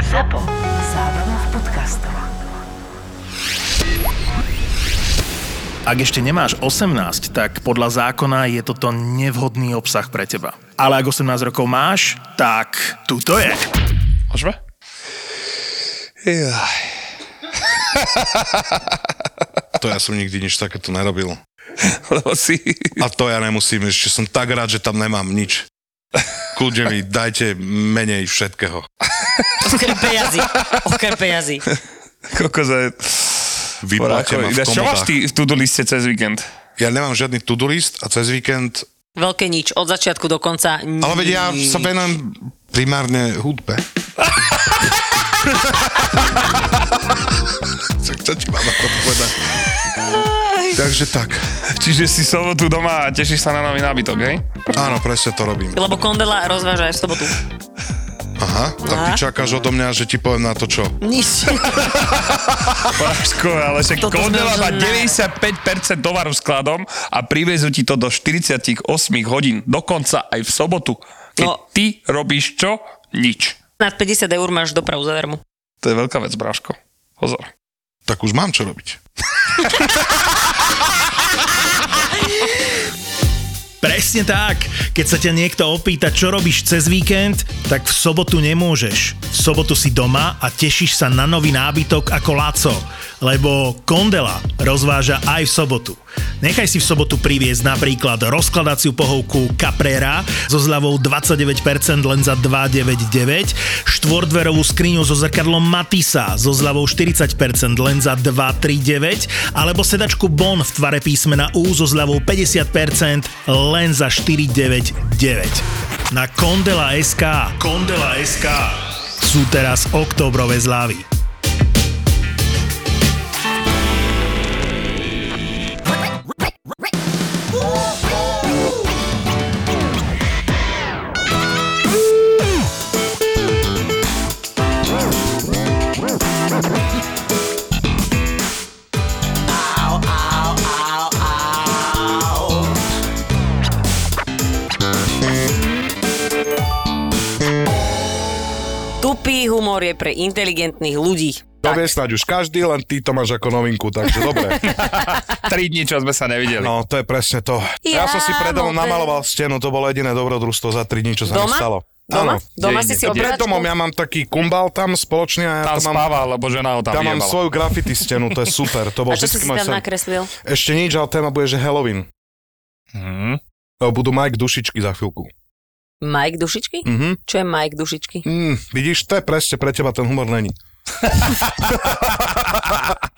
ZAPO. Zábrná v podcastov. Ak ešte nemáš 18, tak podľa zákona je toto nevhodný obsah pre teba. Ale ak 18 rokov máš, tak tu to je. Môžeme? Jaj, To ja som nikdy nič takéto nerobil. lebo si... A to ja nemusím, ešte som tak rád, že tam nemám nič. Kľudne mi dajte menej všetkého. Okrem peňazí. Okrem peňazí. Kokos aj... Vypláte ma v Ináč, Čo máš komodách. ty v to-do liste cez víkend? Ja nemám žiadny to-do list a cez víkend... Veľké nič. Od začiatku do konca nič. Ale veď ja sa venujem primárne hudbe. Tak to ti mám ako povedať. Takže tak. Čiže si sobotu doma a tešíš sa na nový nábytok, hej? Áno, presne to robím. Lebo kondela rozváža aj v sobotu. Aha, tak ty Á? čakáš odo mňa, že ti poviem na to čo. Nič. Paško, ale však Toto sme kondela už má na- 95% tovaru skladom a privezú ti to do 48 hodín, dokonca aj v sobotu. Keď No. ty robíš čo? Nič. Nad 50 eur máš dopravu zadarmo. To je veľká vec, Bráško. Pozor. Tak už mám čo robiť. Presne tak. Keď sa ťa niekto opýta, čo robíš cez víkend, tak v sobotu nemôžeš. V sobotu si doma a tešíš sa na nový nábytok ako Laco, lebo Kondela rozváža aj v sobotu. Nechaj si v sobotu priviesť napríklad rozkladaciu pohovku Caprera so zľavou 29% len za 2,99, štvordverovú skriňu so zrkadlom Matisa so zľavou 40% len za 2,39 alebo sedačku Bon v tvare písmena U so zľavou 50% len za 4,99. Na Kondela SK Kondela SK sú teraz oktobrové zľavy. Tupý humor je pre inteligentných ľudí. To vie snáď už každý, len ty to máš ako novinku, takže dobre. Tri dni, čo sme sa nevideli. No, to je presne to. Ja, Ja som si predo mnou mope. namaloval stenu, to bolo jediné dobrodružstvo za 3 dní, čo sa mi Doma? stalo. Áno. Doma? Doma Deň, si si deň. Pred obračku? domom ja mám taký kumbal tam spoločný a ja Tam tam mám, spáva, lebo žena ho tam, tam vyjebala. mám svoju graffiti stenu, to je super. To A bol čo si vždycky si môj tam sen. nakreslil? Ešte nič, ale téma bude, že Halloween. Mhm. Lebo Budú Mike dušičky za chvíľku. Mike Dušičky? Mhm. Čo je Mike Dušičky? Mm, vidíš, to je presne pre teba ten humor není.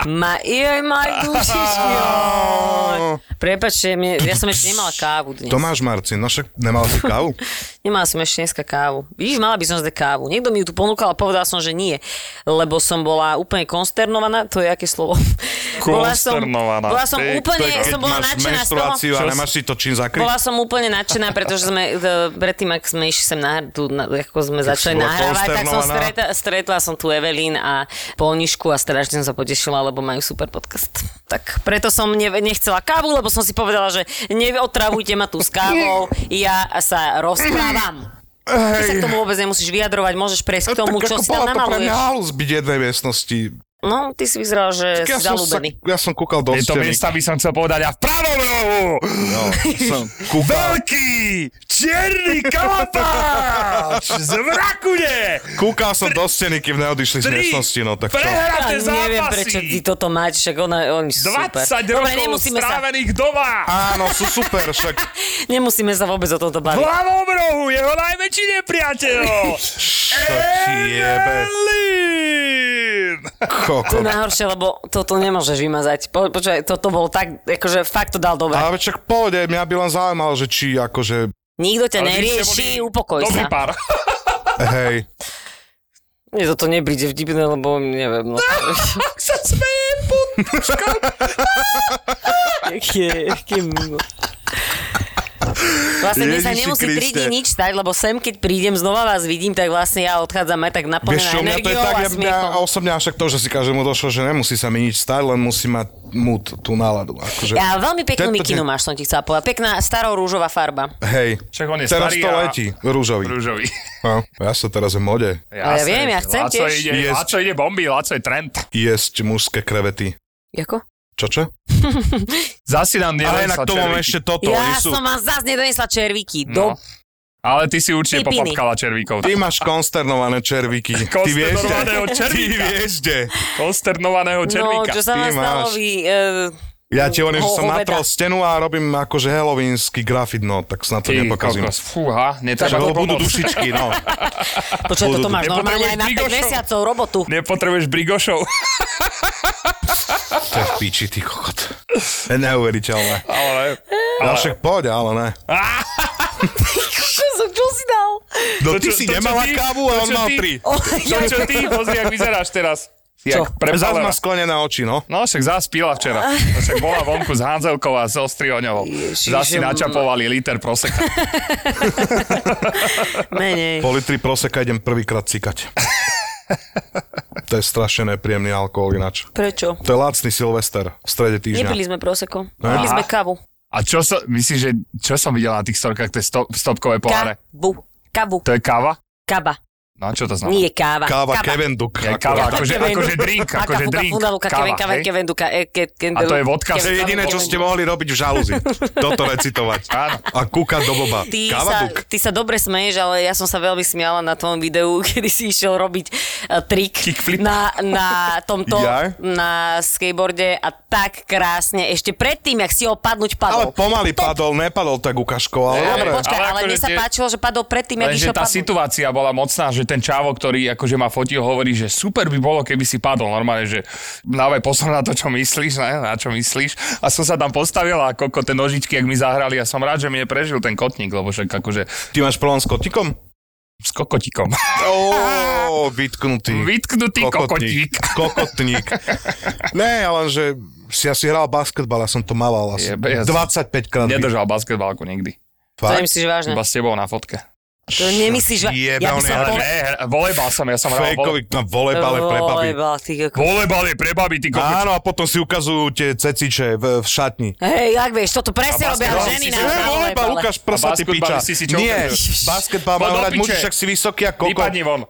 Ma... Joj, Mike Dušičky. joj. Á, Prepačte, mne... ja som ešte nemala kávu dnes. To máš, Marcin, no však nemal si kávu? Nemala som ešte dneska kávu. Vidíš, mala by som zde kávu. Niekto mi ju tu ponúkal a povedal som, že nie. Lebo som bola úplne konsternovaná. To je aké slovo? Bola som- Konsternovaná. Bola som Ty, to úplne, Keď som bola máš nadšená z toho. menštruáciu a Čo nemáš si to čím zakryť. Bola som úplne nadšená, pretože sme e, predtým, ak sme išli sem na, tu, na, ako sme si začali bola no. nahrávať, tak som konsternovaná. stretla, stretla som tu Evelyn a Polnišku a strašne som sa potešila, lebo majú super podcast. Tak preto som ne, nechcela kávu, lebo som si povedala, že neotravujte ma tu s kávou, ja sa rozprávam. Ty sa k tomu vôbec nemusíš vyjadrovať, môžeš prejsť k tomu, tak čo ako si tam bola to pre mňa namaluješ. halus byť jednej miestnosti. No, ty si vyzeral, že Ja som, si sa, zalúbený. ja som kúkal do Je to steny. miesta, by som chcel povedať, a v pravom rohu! No, som kúkal, Veľký čierny kalapáč z Vrakune! kúkal som do steny, kým neodišli z Tri miestnosti, no tak čo? prehraté Ja neviem, prečo ty zápasy! toto máš, však ona, oni sú 20 super. Dobre, rokov nemusíme sa, strávených doma! A Áno, sú super, však nemusíme sa vôbec o tomto v baviť. hlavom rohu jeho najväčší nepriateľ! čo ti jebe, Evelyn! To koko. je najhoršie, lebo toto nemôžeš vymazať. Po, počúvaj, toto bol tak, akože fakt to dal dobre. Ale však pohode, mňa by len zaujímalo, že či akože, Nikto ťa Ale vy ste nerieši, boli upokoj Dobrý sa. pár. hej, Mne toto nepríde vtipné, lebo neviem. No. Ak sa smejem, putnuška. Jaký, jaký mimo. Vlastne mne sa Ježiši nemusí 3 Kriste. dní nič stať, lebo sem, keď prídem, znova vás vidím, tak vlastne ja odchádzam aj tak Vieš čo, mňa to je naplnená energiou tak, a ja, mňa, smiechom. a osobne až tak to, že si každému došlo, že nemusí sa mi nič stať, len musí mať mood, tú náladu. Akože, Ja, veľmi peknú Tento mikinu deň- máš, som ti chcela povedať. Pekná starorúžová farba. Hej, Však on je teraz starý to a- letí, rúžový. Rúžový. No, ja sa teraz v mode. Ale No, ja viem, ja chcem Laco tiež. Ide, Jesť. Laco ide bomby, Laco je trend. Jesť mužské krevety. Jako? Čočo? Zasi nám nedonesla Ale inak tomu červíky. ešte toto. oni Ja sú... som vám zás nedonesla červíky. No. Do... Ale ty si určite Pipiny. popapkala červíkov. Ty máš konsternované červíky. Ty vieš, kde? Konsternovaného Ty červíka. vieš, kde? Konsternovaného No, červíka. čo sa ty vám stalo máš. vy... Uh, Ja ti hovorím, že Ho- som oveda. natrel stenu a robím akože halloweensky grafit, no, tak snad to Ty nepokazím. kokos, fúha, netreba Lebo to budú pomôcť. dušičky, no. počkaj, toto Budú- máš normálne aj na Nepotrebuješ 5 brigošov. mesiacov robotu. Nepotrebuješ brigošov. To je v piči, ty kokot. To je Neuveriteľné. Ale Ale však poď, ale ne. Čo som- čo si dal? No To, ty čo- si to, čo nemala ty- kávu to, a on čo mal ty- tri. O, to, ja- čo ty, pozri, jak vyzeráš teraz. Čo? Ah. Jak Zas prepálená. má sklenené oči, no. No však zaspila včera. No, Však bola vonku s Hanzelkou a s Ostrioňovou. Ježiš, Zasi že- načapovali liter proseka. Menej. Po litri proseka idem prvýkrát cikať. To je strašne nepríjemný alkohol ináč. Prečo? To je lacný Silvester v strede týždňa. Nepili sme proseko. Aha. Pili sme kavu. A čo sa, myslíš, že čo som videl na tých storkách, to je stop, stopkové poháre? Kabu. Kabu. To je káva? Kaba. No čo to znamená? Nie káva. Káva Kaba. Kevenduk. Je káva, Ja to akože, Kevin. akože drink, Aká akože fuka, drink. funda, luka, Kevin, káva, Kevin, hej? Kevin, Duka, e, ke- ke- A to je vodka. Kevin, To je jediné, čo ste mohli robiť v žalúzi. Toto recitovať. Áno. A kúkať do boba. Ty Káva sa, Duk. ty sa dobre smeješ, ale ja som sa veľmi smiala na tom videu, kedy si išiel robiť eh, trik Kickflip. na, na tomto, Ja? na skateboarde a tak krásne, ešte predtým, jak si ho padnúť Ale padol. pomaly padol, nepadol tak ukážkou, ale Ne, dobre. Ale počkaj, Ale ale, mne akože sa tie- páčilo, že padol predtým, jak Lenže išiel tá padnúť. situácia bola mocná, že ten čávo, ktorý akože ma fotil, hovorí, že super by bolo, keby si padol. Normálne, že navaj pozor na to, čo myslíš, ne? na čo myslíš. A som sa tam postavil a koko tie nožičky, ak mi zahrali. A som rád, že mi neprežil ten kotník, lebo však akože Ty máš problém s kotikom? s kokotikom. Ó, vytknutý. Vytknutý kokotík. Kokotník. Kokotník. Ne, ale že si asi hral basketbal, ja som to mával asi. Jebe, ja som- 25 krát. Nedržal basketbalku nikdy. To nemyslíš vážne. Iba s tebou na fotke. To nemyslíš vážne. Jebe, Ja by on je som hra- bol... Ne, volejbal som, ja som hral volej... Fejkovi na volebale prebaví. Volejbal, ty kokos. Volejbal je pre baby, ty kokot. Áno, a potom si ukazujú tie ceciče v, v šatni. Hej, jak vieš, toto A presne robia basketbal ženy si si- na na Hej, volejbal, volejbale. ukáž prsa, ty piča. basketbal si si čo Nie, ukazuješ? basketbal Poď má do hrať piče. muži, však si vysoký a koko. Vypadni von.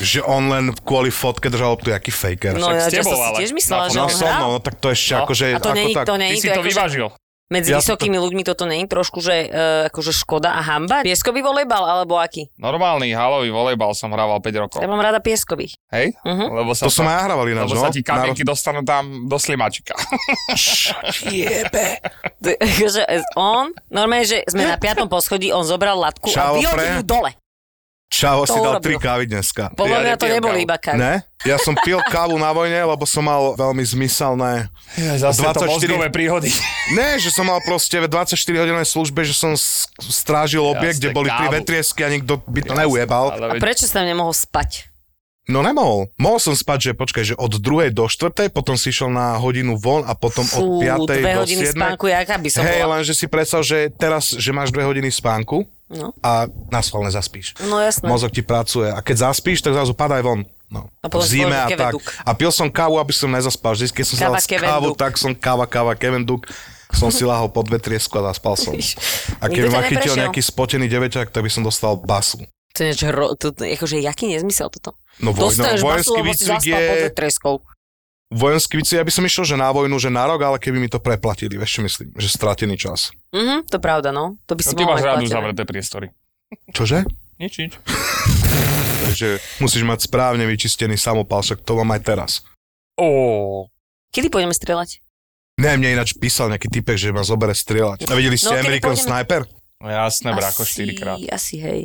Že on len kvôli fotke držal tu jaký faker. No Však s ja čo tebou, som si ale tiež myslela, na že no, on som, hral. no, tak to No, ešte akože... A to ako není, tak, to Ty není, si to je to akože- vyvážil. Medzi Ja som vysokými ľuďmi toto není trošku, že uh, akože škoda a hamba? Pieskový volejbal alebo aký? Normálny halový volejbal som hrával 5 rokov. Ja mám rada pieskových. Hej? Mhm. Lebo sa To som aj ja hrával ináč, Lebo no. sa ti kamienky dostanú tam do slimačka. To je- Že Akože, e, on, normálne, že sme na piatom poschodí, on zobral latku a Čau, pre. vyhodil ju dole. Čavo si To dal urobil. tri kávy dneska. Ja Podľa mňa to nepijem neboli kávu. iba kávy. Ne? Ja som pil kávu na vojne, lebo som mal veľmi zmyselné... Zase 24... to 24 mozgové príhody. Ne, že som mal proste v 24 hodinovej službe, že som s- strážil objekt, kde Jasne, boli tri kávu. vetriesky a nikto by to neujebal. Ale A veď- prečo sa nemohol spať? No nemohol. Mohol som spať, že počkaj, že od druhej do štvrtej, potom si išiel na hodinu von a potom Fú, od 5. dve do hodiny 7. spánku, jaká by som Hej, bola. lenže si predstav, že teraz, že máš dve hodiny spánku No. a naschválne zaspíš. No jasné. Mozog ti pracuje a keď zaspíš, tak zrazu padaj von. No. A potom v zime a spolu tak. Kevenduk. A pil som kávu, aby som nezaspal. Vždy, keď som si Káva dal s kávu, Kevenduk. tak som káva, káva, Kevenduk. Som si lahol pod vetriesku a zaspal som. A Nikto keby ťa ma chytil neprešiel. nejaký spotený deveťak, tak by som dostal basu. To je niečo, hro- to, to, akože, jaký nezmysel toto? No, voj, no Dostaneš basu, vojenský lebo si výcvik zaspal je... pod treskou. Vojenský výcvik, ja by som išiel, že na vojnu, že na rok, ale keby mi to preplatili, vieš čo myslím, že stratený čas. Mhm, to pravda, no. To by si No, ty mohla máš mať rád platené. uzavreté priestory. Čože? Nič, nič. Takže musíš mať správne vyčistený samopal, však to mám aj teraz. Ó, Kedy pôjdeme strieľať? Ne, mne ináč písal nejaký typek, že ma zobere strieľať. A videli ste No, no, kedy American pôjdeme- Sniper? no jasné, brako, 4 krát. Asi, hej.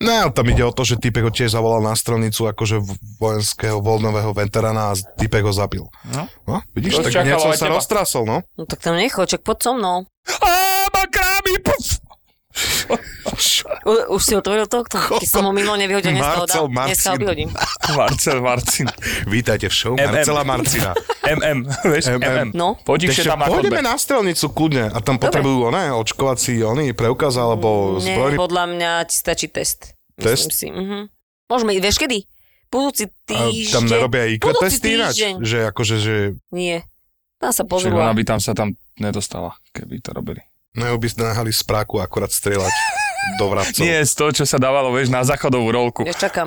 No, tam ide o to, že typek ho tiež zavolal na strelnicu akože v- vojenského voľnového veterána a z- typek ho zabil. No. No, vidíš, To tak čakalo hneď som aj sa teba. roztrasol, no. No tak tam nechoď, čak poď so mnou. Á, má krámy, puf! U, už si otvoril tohto? Keď som ho minulo nevyhodil, dneska ho Marcel dám. Dneska ho Marcin. vyhodím. Marcel Marcin. Vítajte v show MM. Marcela Marcina. MM, vieš? MM. No. Potichšie tam na Pôjdeme chodbe. na strelnicu kľudne a tam potrebujú oné očkovací oni preukaz alebo Nie, zbrojný podľa mňa ti stačí test. Test? Myslím si. Mhm. Môžeme, ísť, vieš kedy? Budúci A týždeň. tam nerobia IQ Budúci testy ináč, týždeň. že akože, že Nie. Tam sa Čiže pozrú. ona a- by tam sa tam nedostala, keby to robili. majú by náhali z práku akurát strieľať do vrabcov. Nie, z toho, čo sa dávalo, vieš, na zachodovú rolku. Ja čakám.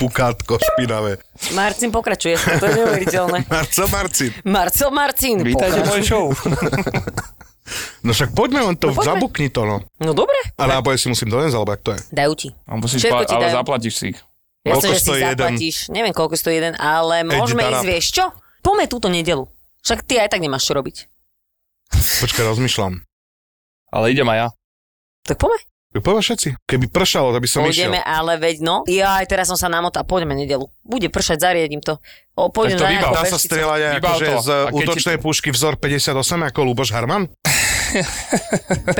Pukátko špinavé. Marcin pokračuje, to je neuveriteľné. Marcel Marcin. Marcel Marcin. Vítajte v pokračuje. mojej show. No však poďme len to, No poďme. zabukni to no. No dobre, A náboje si musím donesť, alebo jak to je? dajú ti. A musíš Všetko pa- ti ale dajú. zaplatíš si ich. Koľko Ja chcem, že si stojí jeden? zaplatíš. Neviem, koľko stojí jeden, ale môžeme darab. ísť, vieš čo? Poďme túto nedelu. Však ty aj tak nemáš čo robiť. Počkaj, rozmýšľam. Ale idem aj ja. Tak poďme. Poďme všetci. Keby pršalo, tak by som išiel. Pôjdeme, ale veď no. Ja aj teraz som sa namotá, poďme nedelu. Bude pršať, zariadím to. O, pôjdem to na vybav. nejakú Dá sa vešticu. strieľať aj Vybav akože to. z A keď ti útočnej to- pušky vzor 58 ako Luboš Harman?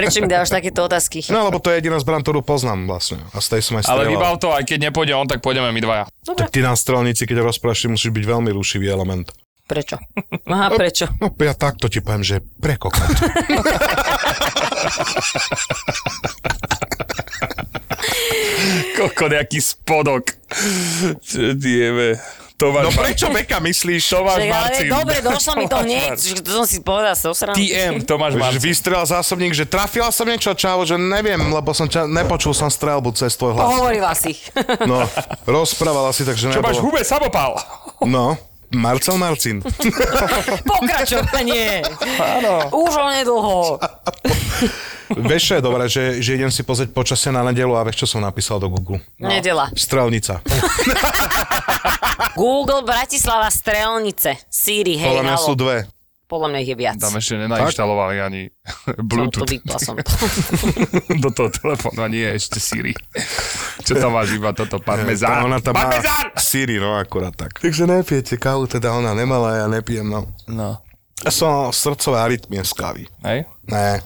Prečo mi dávaš takéto otázky? No lebo to je jediná zbran, ktorú poznám vlastne. A z tej som aj Ale strieľal. vybav to, aj keď nepôjde on, tak pôjdeme my dvaja. Dobre. Tak ty na strelnici, keď rozprávaš, ty musíš byť veľmi rušivý element. Prečo? Aha, prečo? No ja takto ti poviem, že prekokot. Kokot, jaký spodok. Čo dieve. To máš, No prečo Beka myslíš? to máš Že, ale Marcin. dobre, došlo mi to hneď, že to som si povedal, sa osral. TM, Tomáš Že Marcin. vystrel zásobník, že trafila som niečo, čavo, že neviem, lebo som ťa, nepočul som strelbu cez tvoj hlas. Pohovorila si. No, rozprávala si, takže Čo máš v nebolo. hube, samopal. No, Marcel Marcin. Pokračovanie. Áno. Už onedlho. vieš, čo je dobré, že, že idem si pozrieť počasie na nedelu a vieš, čo som napísal do Google? Nedela. Strelnica. Google Bratislava Strelnice. Siri, hej, Podľa mňa sú halo. dve. Podľa mňa ich je viac. Tam ešte nenainštalovali ani Som to Bluetooth vypla som. do toho telefónu, a nie ešte Siri. Čo tam máš iba toto, Tá, parmezán? ona tam má parmezán! Siri, no akurát tak. Takže nepijete kávu, teda ona nemala, ja nepijem, no. No. Ja som mal srdcové arytmie z kávy. Hej? Ne.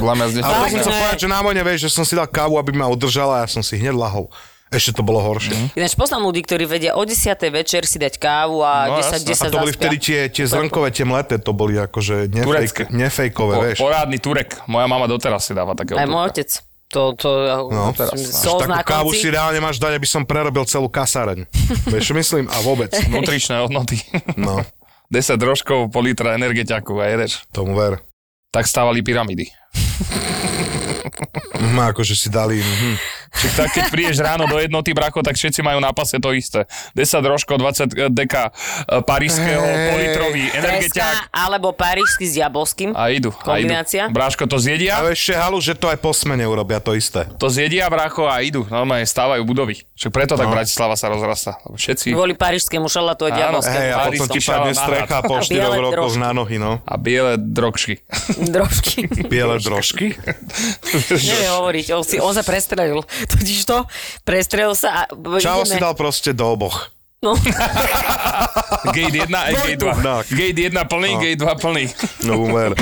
Podľa mňa znesie. Ale musím Vážne? sa povedať, že na mojne, vieš, že som si dal kávu, aby ma udržala a ja som si hneď lahol. Ešte to bolo horšie. Ináč poznám ľudí, ktorí vedia o 10. večer si dať kávu No, a no, jasné. A 10, 10 to boli zaspia. vtedy tie, tie zrnkové, tie mleté, to boli akože Turecké. nefejk, nefejkové, Po, vieš. porádny Turek. Moja mama doteraz si dáva takého Aj môj Turka. otec. To, to, No, to, Až takú kávu si reálne máš dať, aby som prerobil celú kasáreň. Vieš, čo myslím? A vôbec. Nutričné hodnoty. No, 10 drožkov po litra energetiaku a jedeš. tomu ver. Tak stávali pyramidy. Mhm, akože si dali... Mhm. Čiže tak, keď prídeš ráno do jednoty, brako, tak všetci majú na pase to isté. 10 drožkov, 20 deka e, parížského, Hej. politrový energetiak. Presná, alebo parížsky s jablským. A idú, a idú. Kombinácia? Bráško, to zjedia? Ale ešte halu, že to aj po smene urobia to isté. To zjedia, brácho, a idú. Normálne stávajú budovy. Však preto tak Bratislava sa rozrastá. Lebo Všetci. Kvôli parížskému šalatu a Áno, diabolskému. Hej, a Paris potom som ti šala padne na strecha hrad. po A 4 biele rokoch drožky. na nohy, no. A biele drogšky. Drožky. Biele drožky. Nevie hovoriť, on si oza prestrelil. Totiž to, prestrelil sa a b- Čavo si ideme. dal proste do oboch. No, Gate 1 a gate 2. Tak. Gate 1 plný, gate 2 plný. No, umer.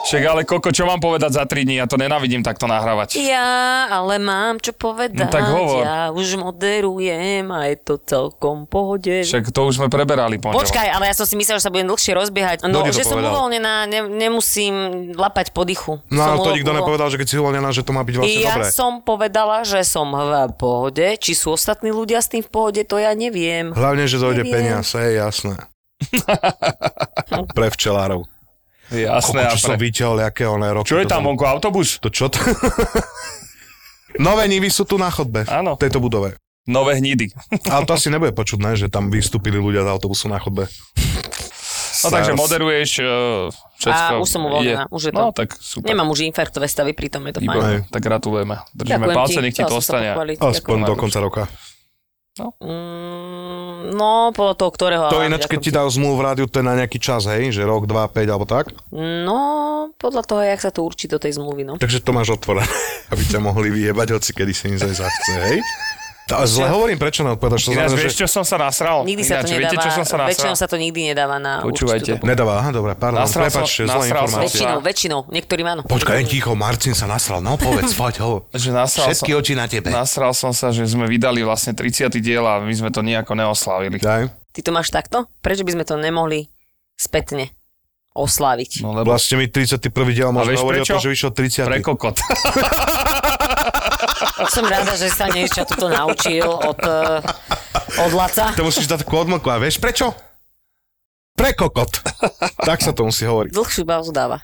Však ale koko, čo mám povedať za 3 dní? Ja to nenávidím takto nahrávať. ja ale mám čo povedať. No tak hovor. Ja už moderujem a je to celkom pohode. Však to už sme preberali po Počkaj, ale ja som si myslela, že sa budem dlhšie rozbiehať. No, Kto ti to že som povedal? uvoľnená, ne, nemusím lapať po dychu. No som ale to uvo- nikto uvo- nepovedal, že keď si uvoľnená, že to má byť vlastne ja dobré. som povedala, že som v pohode. Či sú ostatní ľudia s tým v pohode, to ja neviem. Hlavne, že dojde Neviem. peniaz, hej, jasné. Pre včelárov. Jasné, Koko, a čo som pre... videl, aké oné roky. Čo je to tam bolo. vonku? Autobus? To čo to? Nové nivy sú tu na chodbe. Áno. V tejto budove. Nové hnídy. Ale to asi nebude počuť, ne, že tam vystúpili ľudia z autobusu na chodbe. No takže moderuješ uh, všetko. A už som ide. uvoľnená, už je to. No tak super. Nemám už infarktové stavy, pritom je to fajn. Výborné. Tak gratulujeme. Držíme palce, nech ti chcela to som sa ostane. pochváliť. Aspoň Ďakujem. do konca roka. Mm, No, podľa toho, ktorého. To ale ináč, keď ďakujem ti dajú zmluvu v rádiu, to je na nejaký čas, hej? Že rok, dva, päť alebo tak? No, podľa toho, jak sa to určí do tej zmluvy, no. Takže to máš otvorené, aby ťa mohli vyjebať, hoci kedy si im zaj zachce, hej? A zle hovorím, prečo neodpovedaš? To Ináč, znamená, vieš, že... čo som sa nasral? Nikdy sa Ináč, to nedáva, viete, čo som sa nasral? väčšinou sa to nikdy nedáva na Počúvajte. určitú dobu. Nedáva, aha, dobre, pardon, Nasral som- prepačte, zlá nasral som informácia. sa. Väčšinou, väčšinou, niektorým áno. Počkaj, ticho, Marcin sa nasral, no povedz, poď ho. Že nasral Všetky som- oči na tebe. Nasral som sa, že sme vydali vlastne 30. diel a my sme to nejako neoslavili. Daj. Ty to máš takto? Prečo by sme to nemohli spätne osláviť? No lebo Vlastne mi 31. vieš diel možno hovorí o prečo? to, že vyšiel 30. pre kokot. Som rada, že sa niečo tuto naučil od, eh, od Laca. To musíš dať takú odmlku a vieš prečo? Pre kokot. tak sa to musí hovoriť. Dlhšiu pauzu dáva.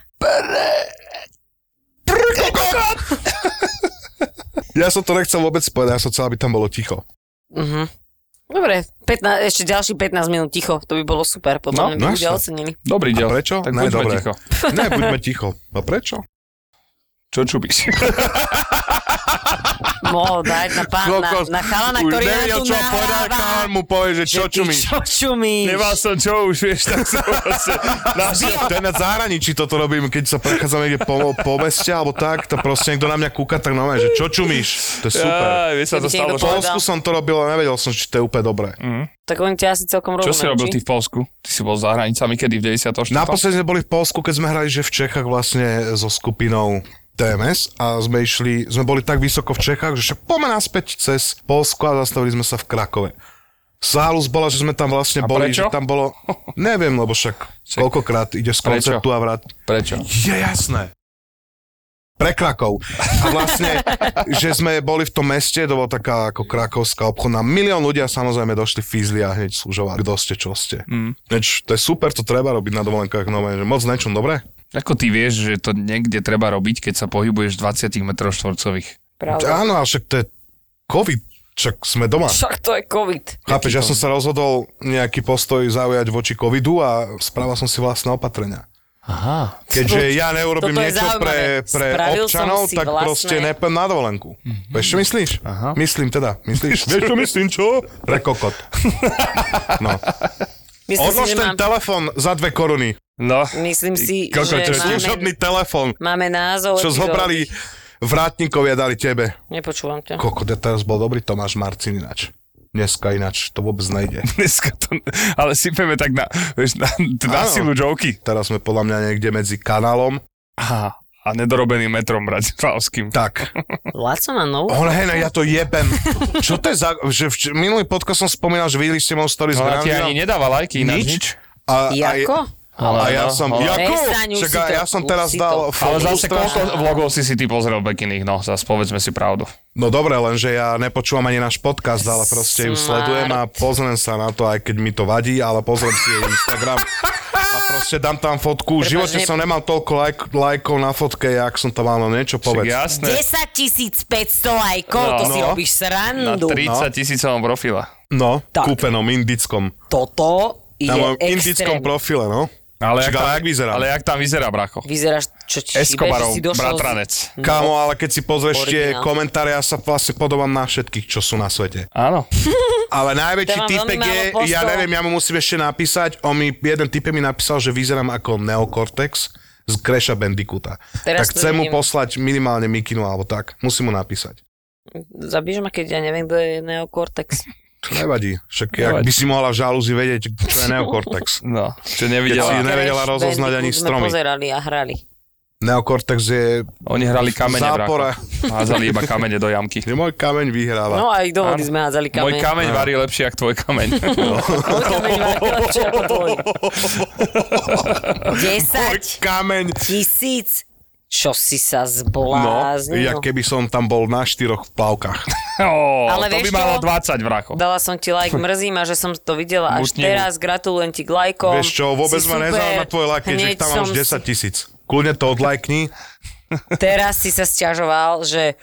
Ja som to nechcel vôbec povedať, ja som chcel, aby tam bolo ticho. Mhm. Dobre, 15, ešte ďalší 15 minút ticho, to by bolo super, No, podľa mňa by no ľudia jasne. ocenili. Dobrý A diel. prečo? Tak ne, buďme dobre. ticho. Ne, buďme ticho. No prečo? Čo čubíš? Mohol dať na, pán, na, na chalana, Už ktorý nám nevedel, tu čo povedal, naháva. chalan mu povie, že čo Ty čumíš. Čo čumíš? Nemal som čo už, vieš, tak som proste... Našiel. To je na zahraničí toto robím, keď sa prechádzam niekde po, po meste alebo tak, to proste niekto na mňa kúka, tak normálne, že čo čumíš? To je super. Aj, vieš, sa Keby to ti stalo. niekto V Polsku som to robil a nevedel som, či to je úplne dobré. Tak oni ťa asi celkom rozumejú, Čo si robil ty v Polsku? Ty si bol za hranicami kedy v 94. Naposledy sme boli v Polsku, keď sme hrali, že v Čechách vlastne so skupinou TMS a sme išli, sme boli tak vysoko v Čechách, že však poďme naspäť cez Polsku a zastavili sme sa v Krakove. Zálus bola, že sme tam vlastne A boli, prečo? že tam bolo, neviem, lebo však koľkokrát ideš z Prečo? koncertu a vrát. Prečo? Je jasné. Pre Krakov. A vlastne, že sme boli v tom meste, to bola taká ako krakovská obchodná. Milión ľudia samozrejme došli fízli a hneď služovali. Kto ste, čo ste. Mm. to je super, to treba robiť na dovolenkách. No, že moc nečom, dobre? Ako ty vieš, že to niekde treba robiť, keď sa pohybuješ v 20 metrov štvorcových? Pravda. Áno, ale však to je COVID. Však sme doma. Však to je COVID. Chápeš, ja som sa rozhodol nejaký postoj zaujať voči covidu a správal som si vlastné opatrenia. Aha. Keďže ja neurobím Toto je niečo zaujímavé. pre, pre Spravil som občanov, si tak vlastné- proste nepem na dovolenku. Mm-hmm. Vieš, čo myslíš? Aha. Myslím teda. Myslíš? Vieš, čo myslím, čo? Pre kokot. No. Myslím si, Odlož že ten mám, telefón za dve koruny. No, myslím si, Kokot, že čo je máme, služobný telefón, máme názov. čo epizódy. zhobrali vrátnikovia dali tebe. Nepočúvam ťa. Kokot, ja teraz bol dobrý Tomáš Marcin ináč. Dneska ináč to vôbec nejde. dneska to... Ale sypeme tak na, vieš, na, na Áno. silu joky. Teraz sme podľa mňa niekde medzi kanálom. Aha. A nedorobeným metrom bratislavským. Tak. Laco má novú? Ale hej, no ja to jebem. Čo to je za... Že vč- minulý podcast som spomínal, že videli ste môj story z Ona ti Grandia. No, ani nedáva lajky, ináč nič. A, Jako? A, a ja no, som... ale- Jako? Prestaň, už Však si a to- ja som už teraz si dal... to- fotku Ale zase strašnú. koľko vlogov si si ty pozrel bekiných, no, zase povedzme si pravdu. No dobre, lenže ja nepočúvam ani náš podcast, ale proste ju Smart. sledujem a pozriem sa na to, aj keď mi to vadí, ale pozriem si jej Instagram a proste dám tam fotku. V Prepáč, živote ne- som nemal toľko lajk, lajkov na fotke, jak som to mal, no niečo Však povedz. jasné. 10 500 lajkov, No, to si no. robíš Na srandu. 30 tisícovom profile. No, Tak. kúpenom, indickom. Toto je Na mojom indickom extrém. profile, no. Ale jak Však, ale jak vyzerá? Ale jak tam vyzerá, bracho? Vyzeráš, čo ti Escobarov, šíbe, že si došiel z- bratranec. Kámo, ale keď si pozrieš tie Mhm. Originál. komentáre, ja sa vlastne podobám na všetkých, čo sú na svete. Áno. Ale najväčší To mám typek Hm. veľmi je, málo postov. ja neviem, ja mu musím ešte napísať, on mi, jeden typek mi napísal, že vyzerám ako Neocortex z Crasha Bandicoota. Teraz tak to chcem mu vidím. poslať minimálne mikinu alebo tak. Musím mu napísať. Zabíš ma, keď ja neviem, kto je neokortex. Čo nevadí. Však jak by si mohla v žalúzi vedieť, čo je Neocortex. No, čo Keď si nevidela. nevedela Crash rozoznať ani Bandicoot stromy. Sme pozerali a hrali. Neocortex je... Oni hrali kamene, Zápora. bracho. Házali iba kamene do jamky. Kde môj kameň vyhráva. No aj do vody Áno. sme hádzali kameň. Môj kameň varí lepšie, ako tvoj kameň. Môj kameň má kratšie ako tvoj. 10 Kameň. tisíc. Čo si No, sa ja zbláznil? keby som tam bol na štyroch v plavkách. Oh, Ale to vieš by malo čo? 20, bracho. Dala som ti like, mrzí ma, že som to videla až Mutni mu. teraz. Gratulujem ti k lajkom. Vieš čo, vôbec Si ma super. nezaujíma tvoj like, keďže Hneď ich tam mám som už si- 10 tisíc. Kľudne to odlajkni. Teraz si sa sťažoval, že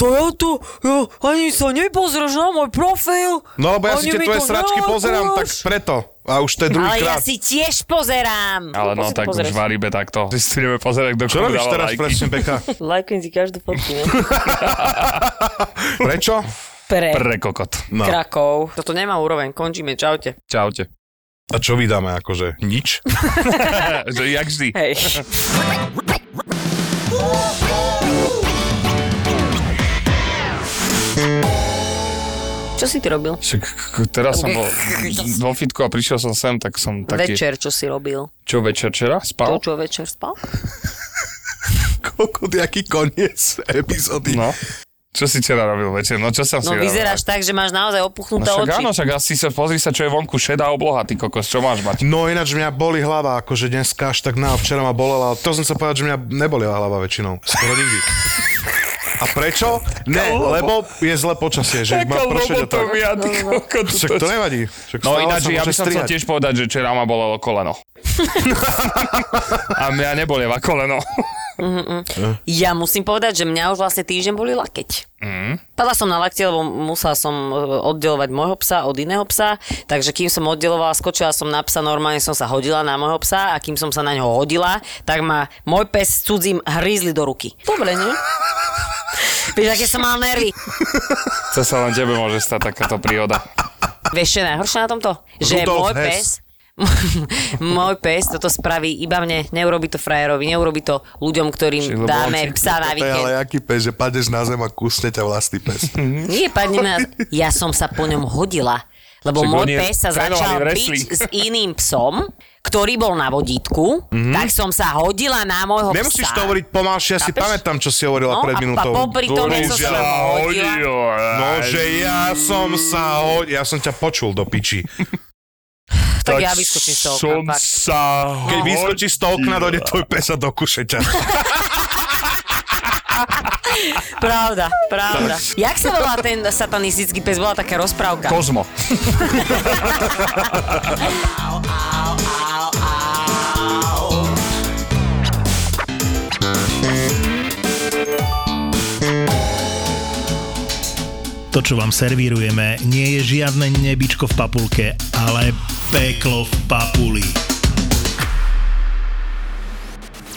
to ja tu, ja, ani sa nepozrieš na môj profil. No lebo ja si ani tie mi tvoje to sračky pozerám, tak nelajkuješ. preto. A už to je Ale druhý ja krát. si tiež pozerám. Ale no, Poď si to tak už pozrieť. varíbe takto. Si si ideme pozerať, kto Čo komu robíš dal teraz lajky. presne, Beka? Lajkujem si každú fotku. no. Prečo? Pre, Pre kokot. No. Krakov. Toto nemá úroveň, končíme, čaute. Čaute. A čo vydáme, akože? Nič? Že jak vždy. Hej. Čo si ty robil? Však k- teraz som bol vo fitku a prišiel som sem, tak No. som taký... Večer, čo si robil? Čo večer včera? To, Spal? čo večer spal? Koľko, jaký koniec epizódy. No. Čo si včera robil večer? No čo som si No robil? vyzeráš tak, že máš naozaj No opuchnuté však oči. áno, však asi sa pozri sa, čo je vonku šedá obloha, ty kokos, čo máš mať? No ináč mňa boli hlava, akože dneska až tak na včera ma bolela, ale to som sa povedať, že mňa nebolila hlava väčšinou. Skoro nikdy. A prečo? Ne, Taká lebo je zle počasie, že má pršeť a tak. lobotomia, No, ty kokos. Však to nevadí. Však No stále sa ináč, ja môže by som chcel strihať. tiež povedať, že včera ma bolelo koleno. a mňa nebolieva koleno. Ja musím povedať, že mňa už vlastne týždeň boli lakeť. Mm. Padla som na lakte, lebo musela som e, oddelovať môjho psa od iného psa, takže kým som oddelovala, skočila som na psa, normálne som sa hodila na môjho psa a kým som sa na ňo hodila, tak ma môj pes s cudzím hrízli do ruky. Dobre, nie? Vieš, aké som mal nervy. To sa len tebe môže stať takáto príhoda. Vieš, čo je najhoršie na tomto? Že Rudolf môj Hess. pes, môj pes toto spraví iba mne, neurobi to frajerovi, neurobi to ľuďom, Čiže, ktorým lebo dáme on si- psa To na je ale víkend. aký pes, že padneš na zem a kusne ťa vlastný pes. Mhm. Nie, padne na... Ja som sa po ňom hodila, lebo Však môj oni pes sa trénovali začal wrestling. byť s iným psom, ktorý bol na vodítku, mm-hmm. tak som sa hodila na môjho Mhm. Nemusíš psa. to hovoriť pomalšie, ja si Chápeš? pamätám, čo si hovorila No, pred a- a minútou. popri tom, jak som sa Bohužiaľ. hodila. No, že ja som sa ho... Ja som ťa počul do piči. Tak ja vyskočím z toho som kampa. sa Keď vyskočíš z toho okna, dojde tvoj pes a dokuše ťa. Pravda, pravda. Jak sa volá ten satanistický pes? Bola taká rozprávka. Kozmo. To, čo vám servírujeme, nie je žiadne nebičko v papulke, ale peklo v papuli.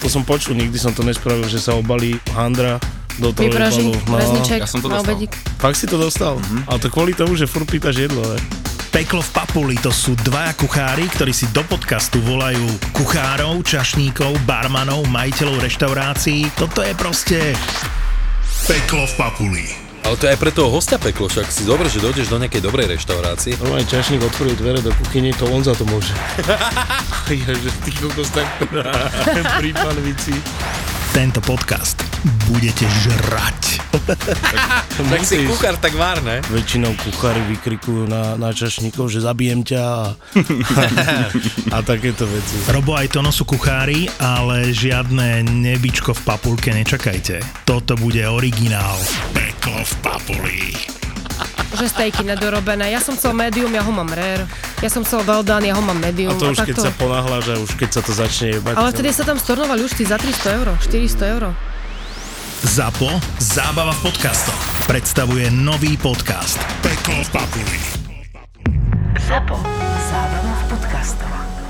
To som počul, nikdy som to nespravil, že sa obalí handra do toho Vypražím obalu. väzniček no, ja som to na dostal. obedík. Fakt si to dostal? Mm-hmm. Ale to kvôli tomu, že furt pýtaš jedlo, ne? Peklo v papuli to sú dvaja kuchári, ktorí si do podcastu volajú kuchárov, čašníkov, barmanov, majiteľov reštaurácií. Toto je proste peklo v papuli. Ale to je aj pre toho hostia peklo, však si dobre, že dojdeš do nejakej dobrej reštaurácie. Normálne čašník otvoril dvere do kuchyne, to on za to môže. Jaže, ty kokos tak pri panvici. Tento podcast budete žrať. Tak si kuchár tak vár, ne? Väčšinou kuchári vykrikujú na, na čašníkov, že zabijem ťa a, a takéto veci. Robo aj Tono sú kuchári, ale žiadne nebičko v papulke nečakajte. Toto bude originál. Peklo v papuli. Že stejky nedorobené. Ja som chcel medium, ja ho mám rare. Ja som chcel well done, ja ho mám A medium. to už keď No, takto. sa ponáhľaš a už keď sa to začne jebať. Ale vtedy sa tam stornovali už tí za 300 euro, 400 euro. Zapo, zábava v podcastoch, predstavuje nový podcast. Peklo v papuli. Zapo. Zábrná v podcastovách.